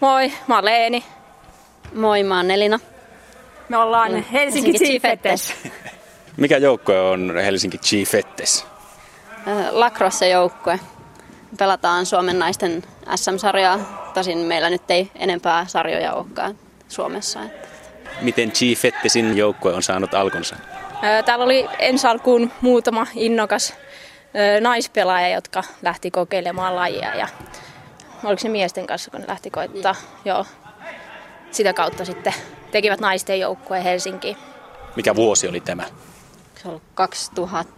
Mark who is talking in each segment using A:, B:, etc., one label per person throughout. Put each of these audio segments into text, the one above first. A: Moi, mä oon Leeni.
B: Moi, mä oon Elina.
A: Me ollaan mm. Helsinki Chiefettes.
C: Mikä joukkue on Helsinki Chiefettes?
B: Äh, Lacrosse joukkue. Pelataan Suomen naisten SM-sarjaa. Tosin meillä nyt ei enempää sarjoja olekaan Suomessa.
C: Miten Chiefettesin joukkue on saanut alkunsa?
A: Täällä oli ensi alkuun muutama innokas naispelaaja, jotka lähti kokeilemaan lajia. Ja oliko se miesten kanssa, kun ne lähti koittaa?
B: Niin.
A: Joo. Sitä kautta sitten tekivät naisten joukkueen Helsinkiin.
C: Mikä vuosi oli tämä?
B: Se on ollut 2000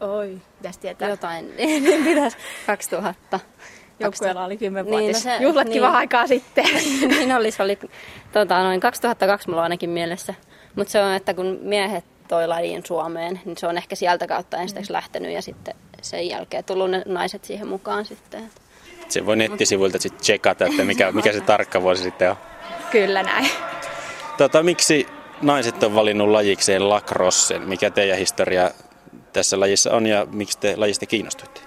A: Oi, pitäisi tietää.
B: jotain. Niin pitäis. 2000.
A: Joukkueella oli 10
B: Niin, no
A: vuotis.
B: se-
A: Niin, Juhlat
B: niin.
A: kiva aikaa sitten.
B: niin oli, se oli tota, noin 2002 mulla on ainakin mielessä. Mutta se on, että kun miehet toi lajin Suomeen, niin se on ehkä sieltä kautta ensiksi lähtenyt ja sitten sen jälkeen tullut ne naiset siihen mukaan sitten.
C: Se voi nettisivuilta sitten tsekata, että mikä, mikä se tarkka vuosi sitten on.
A: Kyllä näin.
C: Tota, miksi naiset on valinnut lajikseen lacrossen? Mikä teidän historia tässä lajissa on ja miksi te lajista kiinnostuitte?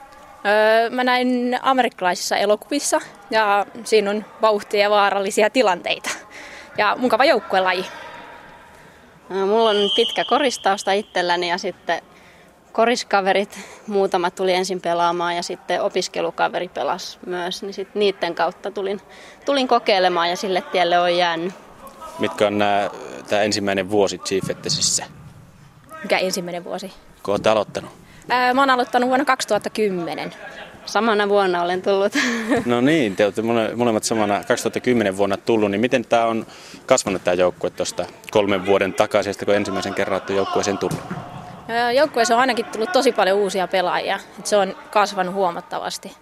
A: Öö, mä näin amerikkalaisissa elokuvissa ja siinä on vauhtia ja vaarallisia tilanteita. Ja mukava joukkuelaji.
B: No, Mulla on pitkä koristausta itselläni ja sitten koriskaverit, muutama tuli ensin pelaamaan ja sitten opiskelukaveri pelasi myös, niin sitten niiden kautta tulin, tulin kokeilemaan ja sille tielle on jäänyt.
C: Mitkä on nämä, tämä ensimmäinen vuosi Chiefettesissä,
A: Mikä ensimmäinen vuosi?
C: kun olette aloittanut?
A: Öö, mä oon aloittanut vuonna 2010.
B: Samana vuonna olen tullut.
C: No niin, te olette mole- molemmat samana 2010 vuonna tullut, niin miten tämä on kasvanut tämä joukkue tuosta kolmen vuoden takaisesta, kun ensimmäisen kerran olette joukkueeseen tullut?
A: Öö, joukkueessa on ainakin tullut tosi paljon uusia pelaajia. Et se on kasvanut huomattavasti.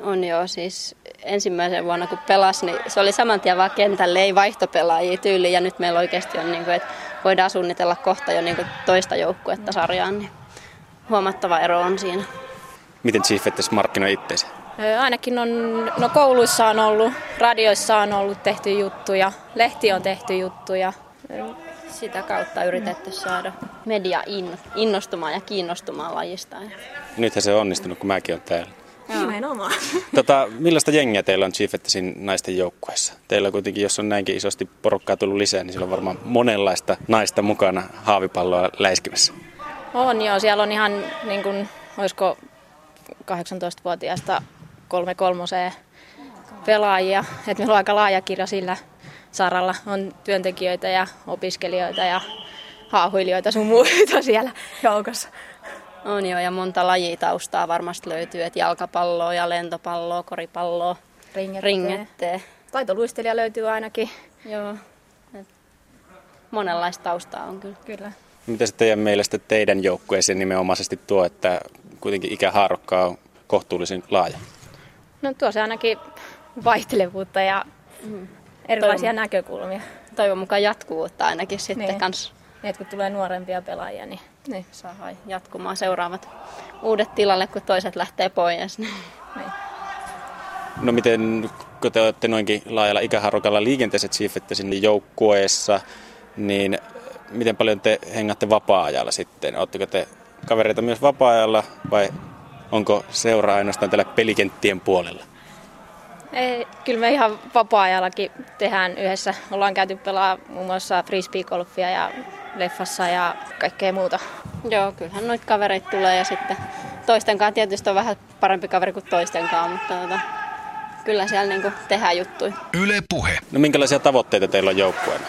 B: On joo, siis ensimmäisen vuonna kun pelasi, niin se oli saman tien vaan kentälle, ei vaihtopelaajia tyyli ja nyt meillä oikeasti on, niin kuin, että voidaan suunnitella kohta jo niin kuin toista joukkuetta sarjaan, niin huomattava ero on siinä.
C: Miten Chiefettes markkinoi itseensä?
A: Öö, ainakin on, no kouluissa on ollut, radioissa on ollut tehty juttuja, lehti on tehty juttuja.
B: sitä kautta yritetty saada media in, innostumaan ja kiinnostumaan lajista.
C: Nythän se on onnistunut, kun mäkin olen täällä.
A: Nimenomaan.
C: Tota, millaista jengiä teillä on Chiefettesin naisten joukkueessa? Teillä on kuitenkin, jos on näinkin isosti porukkaa tullut lisää, niin sillä on varmaan monenlaista naista mukana haavipalloa läiskimässä.
A: On joo, siellä on ihan niin kuin, olisiko 18-vuotiaasta kolme kolmoseen pelaajia. Et meillä on aika laaja kirjo sillä saralla. On työntekijöitä ja opiskelijoita ja haahuilijoita sun muita siellä joukossa.
B: On jo No niin ja monta lajitaustaa varmasti löytyy, että jalkapalloa ja lentopalloa, koripalloa,
A: Ringette.
B: ringette.
A: Taitoluistelija löytyy ainakin.
B: Joo. Et Monenlaista taustaa on kyllä.
A: Kyllä.
C: Mitä se teidän mielestä teidän joukkueeseen nimenomaisesti tuo, että kuitenkin ikähaarukka on kohtuullisen laaja?
A: No tuo se ainakin vaihtelevuutta ja Mm. erilaisia näkökulmia.
B: Toivon mukaan jatkuvuutta ainakin sitten
A: Niin.
B: kans
A: Et kun tulee nuorempia pelaajia, niin, niin.
B: saadaan jatkumaan seuraavat uudet tilalle, kun toiset lähtee pois.
A: niin.
C: No miten, kun te olette noinkin laajalla ikähaarukalla liikenteessä Chiefettesin joukkueessa, niin miten paljon te hengätte vapaa-ajalla sitten? Oletteko te kavereita myös vapaa-ajalla vai onko seuraa ainoastaan tällä pelikenttien puolella?
A: Ei, kyllä me ihan vapaa-ajallakin tehdään yhdessä. Ollaan käyty pelaa muun muassa frisbeegolfia ja leffassa ja kaikkea muuta.
B: Joo, kyllähän noita kavereita tulee ja sitten toistenkaan tietysti on vähän parempi kaveri kuin toistenkaan, mutta tota, kyllä siellä niinku tehdään juttuja.
D: Yle Puhe.
C: No minkälaisia tavoitteita teillä on joukkueena?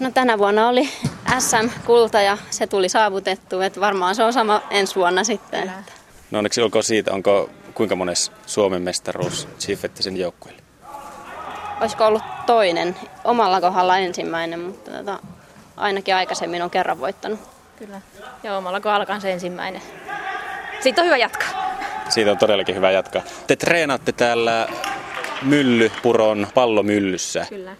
B: No tänä vuonna oli SM-kulta ja se tuli saavutettu, että varmaan se on sama ensi vuonna sitten. Että
C: No onneksi olkoon siitä, onko kuinka mones Suomen mestaruus Chiefettesin joukkueelle?
B: olisiko ollut toinen, omalla kohdalla ensimmäinen, mutta tota, ainakin aikaisemmin on kerran voittanut.
A: Kyllä. Ja omalla kohdalla se ensimmäinen. Siitä on hyvä jatkaa.
C: Siitä on todellakin hyvä jatkaa. Te treenaatte täällä Myllypuron pallomyllyssä.
A: Kyllä.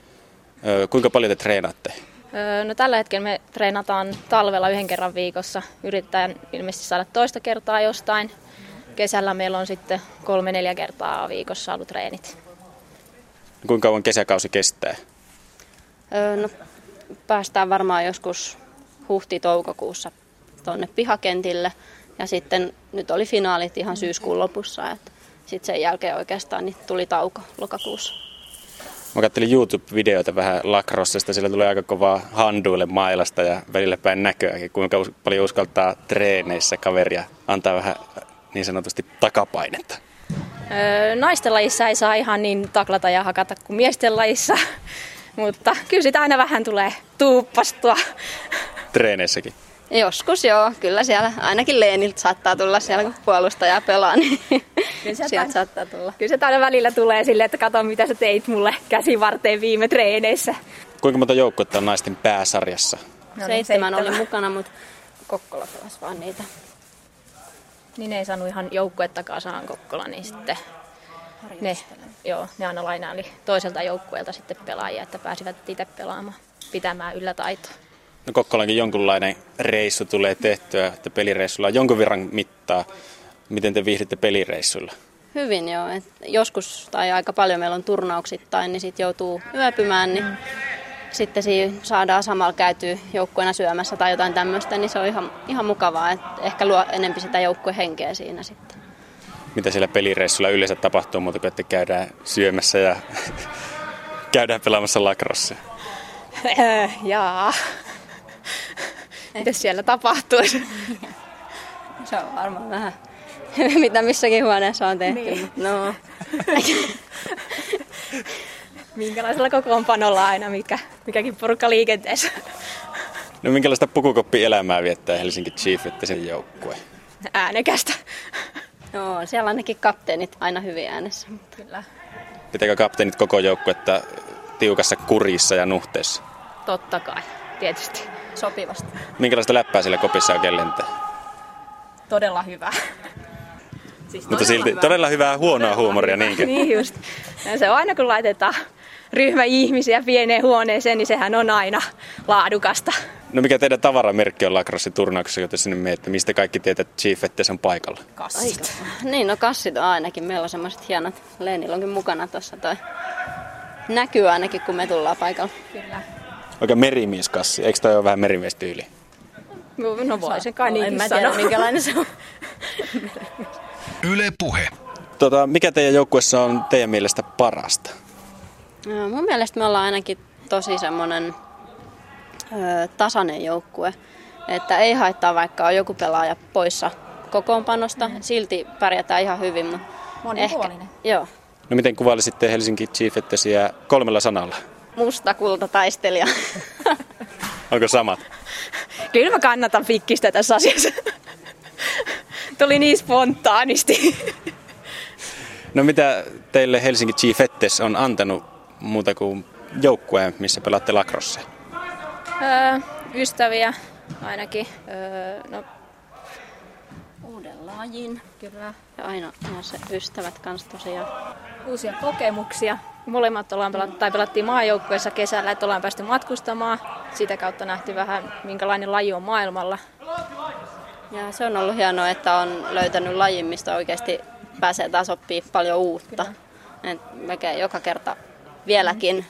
C: Ö, Kuinka paljon te treenaatte?
A: Öö, no tällä hetkellä me treenataan talvella yhden kerran viikossa. Yritetään ilmeisesti saada toista kertaa jostain. Kesällä meillä on sitten kolme-neljä kertaa viikossa ollut treenit.
C: Kuinka kauan kesäkausi kestää?
B: Öö, no, päästään varmaan joskus huhti-toukokuussa tuonne pihakentille. Ja sitten nyt oli finaalit ihan syyskuun lopussa. Että sitten sen jälkeen oikeastaan niin tuli tauko lokakuussa.
C: Mä katselin YouTube-videoita vähän lacrossesta, sillä tulee aika kovaa handuille mailasta ja välillä päin näköäkin, kuinka us- paljon uskaltaa treeneissä kaveria antaa vähän niin sanotusti takapainetta.
A: Öö, naisten lajissa ei saa ihan niin taklata ja hakata kuin miesten lajissa, mutta kyllä sitä aina vähän tulee tuuppastua.
C: Treeneissäkin.
B: Joskus joo, kyllä siellä ainakin Leeniltä saattaa tulla siellä, kun puolustaja pelaa, niin
A: sieltä
B: sieltä
A: aina-
B: saattaa tulla.
A: Kyllä se aina välillä tulee silleen, että kato mitä sä teit mulle käsivarteen viime treeneissä.
C: Kuinka monta joukkuetta on naisten pääsarjassa?
A: No niin,
B: seitsemän oli
A: seitsemän.
B: mukana, mutta Kokkola pelasi vaan niitä.
A: Niin ne ei saanut ihan joukkuettakaan saan Kokkola, niin sitten ne, joo, ne aina lainaili toiselta joukkueelta sitten pelaajia, että pääsivät itse pelaamaan, pitämään yllä taitoa.
C: No Kokkolankin jonkunlainen reissu tulee tehtyä, että pelireissulla on jonkun verran mittaa. Miten te viihdytte pelireissulla?
B: Hyvin joo, et joskus tai aika paljon meillä on turnauksittain, niin sitten joutuu yöpymään, niin sitten siinä saadaan samalla käytyä joukkueena syömässä tai jotain tämmöistä, niin se on ihan, ihan mukavaa, että ehkä luo enempi sitä joukkuehenkeä siinä sitten.
C: Mitä siellä pelireissulla yleensä tapahtuu muuta kuin, että käydään syömässä ja käydään pelaamassa lakrossia?
A: Jaa. Mitäs siellä tapahtuisi?
B: Se on varmaan vähän, mitä missäkin huoneessa on tehty.
A: Niin.
B: Niin. No,
A: Minkälaisella kokoonpanolla aina, mikä, mikäkin porukka liikenteessä?
C: No minkälaista pukukoppielämää viettää Helsinki Chief, että sen joukkue?
A: Äänekästä.
B: no, siellä ainakin kapteenit aina hyvin äänessä.
A: Kyllä.
C: Pitääkö kapteenit koko joukkuetta tiukassa kurissa ja nuhteessa?
A: Totta kai, tietysti.
B: Sopivasti.
C: Minkälaista läppää siellä kopissa oikein lentää?
A: Todella hyvä. Siis
C: Mutta silti todella No hyvää huonoa huumoria, niinkö?
A: Niin just. Ja se on aina kun laitetaan ryhmä ihmisiä pieneen huoneeseen, niin sehän on aina laadukasta.
C: No mikä teidän tavaramerkki on lacrosse-turnauksessa, joten sinne miettii, mistä kaikki tietää, että Chief Fettes on paikalla?
A: Kassit.
B: Niin, no kassit on ainakin. Meillä on semmoiset hienot. Leenillä onkin mukana tuossa toi. Näkyy ainakin, kun me tullaan paikalle.
A: Kyllä.
C: Oikein merimieskassi, eikö toi ole vähän merimiestyyli?
A: No, no voi se kai
B: en
A: niinkin
B: mä tiedä,
A: sanoa.
B: minkälainen se on.
D: Yle Puhe.
C: Tota, mikä teidän joukkueessa on teidän mielestä parasta?
B: No, mun mielestä me ollaan ainakin tosi semmoinen ö, tasainen joukkue. Että ei haittaa, vaikka on joku pelaaja poissa kokoonpanosta. Mm. Silti pärjätään ihan hyvin. Mutta
A: Mm-hmm. Monipuolinen.
B: Ehkä, joo.
C: No miten kuvailisitte Helsinki Chief Fettesiä kolmella sanalla?
B: Musta kultataistelija.
C: Onko samat?
A: Kyllä mä kannatan fikkistä tässä asiassa. Tuli niin spontaanisti.
C: No mitä teille Helsinki Chief Fettes on antanut muuta kuin joukkueen, missä pelaatte lacrosse?
A: Öö, ystäviä ainakin. Öö, no,
B: Uuden lajin.
A: kyllä.
B: Ja aina on se ystävät kanssa tosiaan.
A: Uusia kokemuksia. Molemmat ollaan pelattu, tai pelattiin maajoukkueessa kesällä, että ollaan päästy matkustamaan. Sitä kautta nähty vähän, minkälainen laji on maailmalla.
B: Ja se on ollut hienoa, että on löytänyt lajin, mistä oikeasti pääsee taas oppii paljon uutta. Et melkein joka kerta vieläkin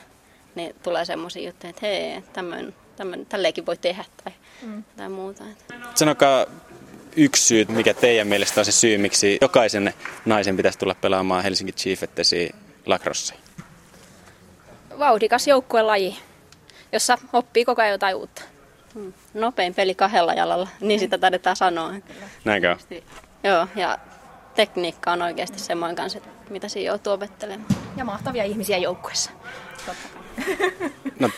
B: niin tulee semmoisia juttuja, että hei, tämmöin, tämmöin, tälleenkin voi tehdä tai, mm. tai muuta. Et
C: Sanokaa yksi syy, mikä teidän mielestä on se syy, miksi jokaisen naisen pitäisi tulla pelaamaan Helsinki Chief Fettesiä lacrosse?
A: Vauhdikas joukkuelaji, jossa oppii koko ajan jotain uutta.
B: Nopein peli kahdella jalalla, niin sitä taidetaan sanoa.
C: Näinkö on?
B: Joo, ja tekniikka on oikeasti semmoinen kanssa, että mitä siinä joutuu opettelemaan.
A: Ja mahtavia ihmisiä joukkueessa.
C: No,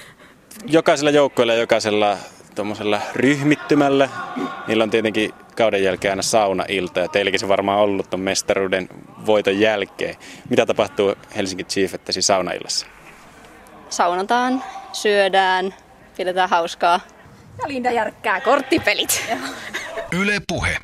C: jokaisella joukkueella ja jokaisella tuommoisella ryhmittymällä, niillä on tietenkin kauden jälkeen aina saunailta ja teilläkin se varmaan ollut tuon mestaruuden voiton jälkeen. Mitä tapahtuu Helsinki Chief Fettesiä saunaillassa?
B: Saunataan, syödään, pidetään hauskaa.
A: Ja Linda järkkää korttipelit.
D: Yle Puhe.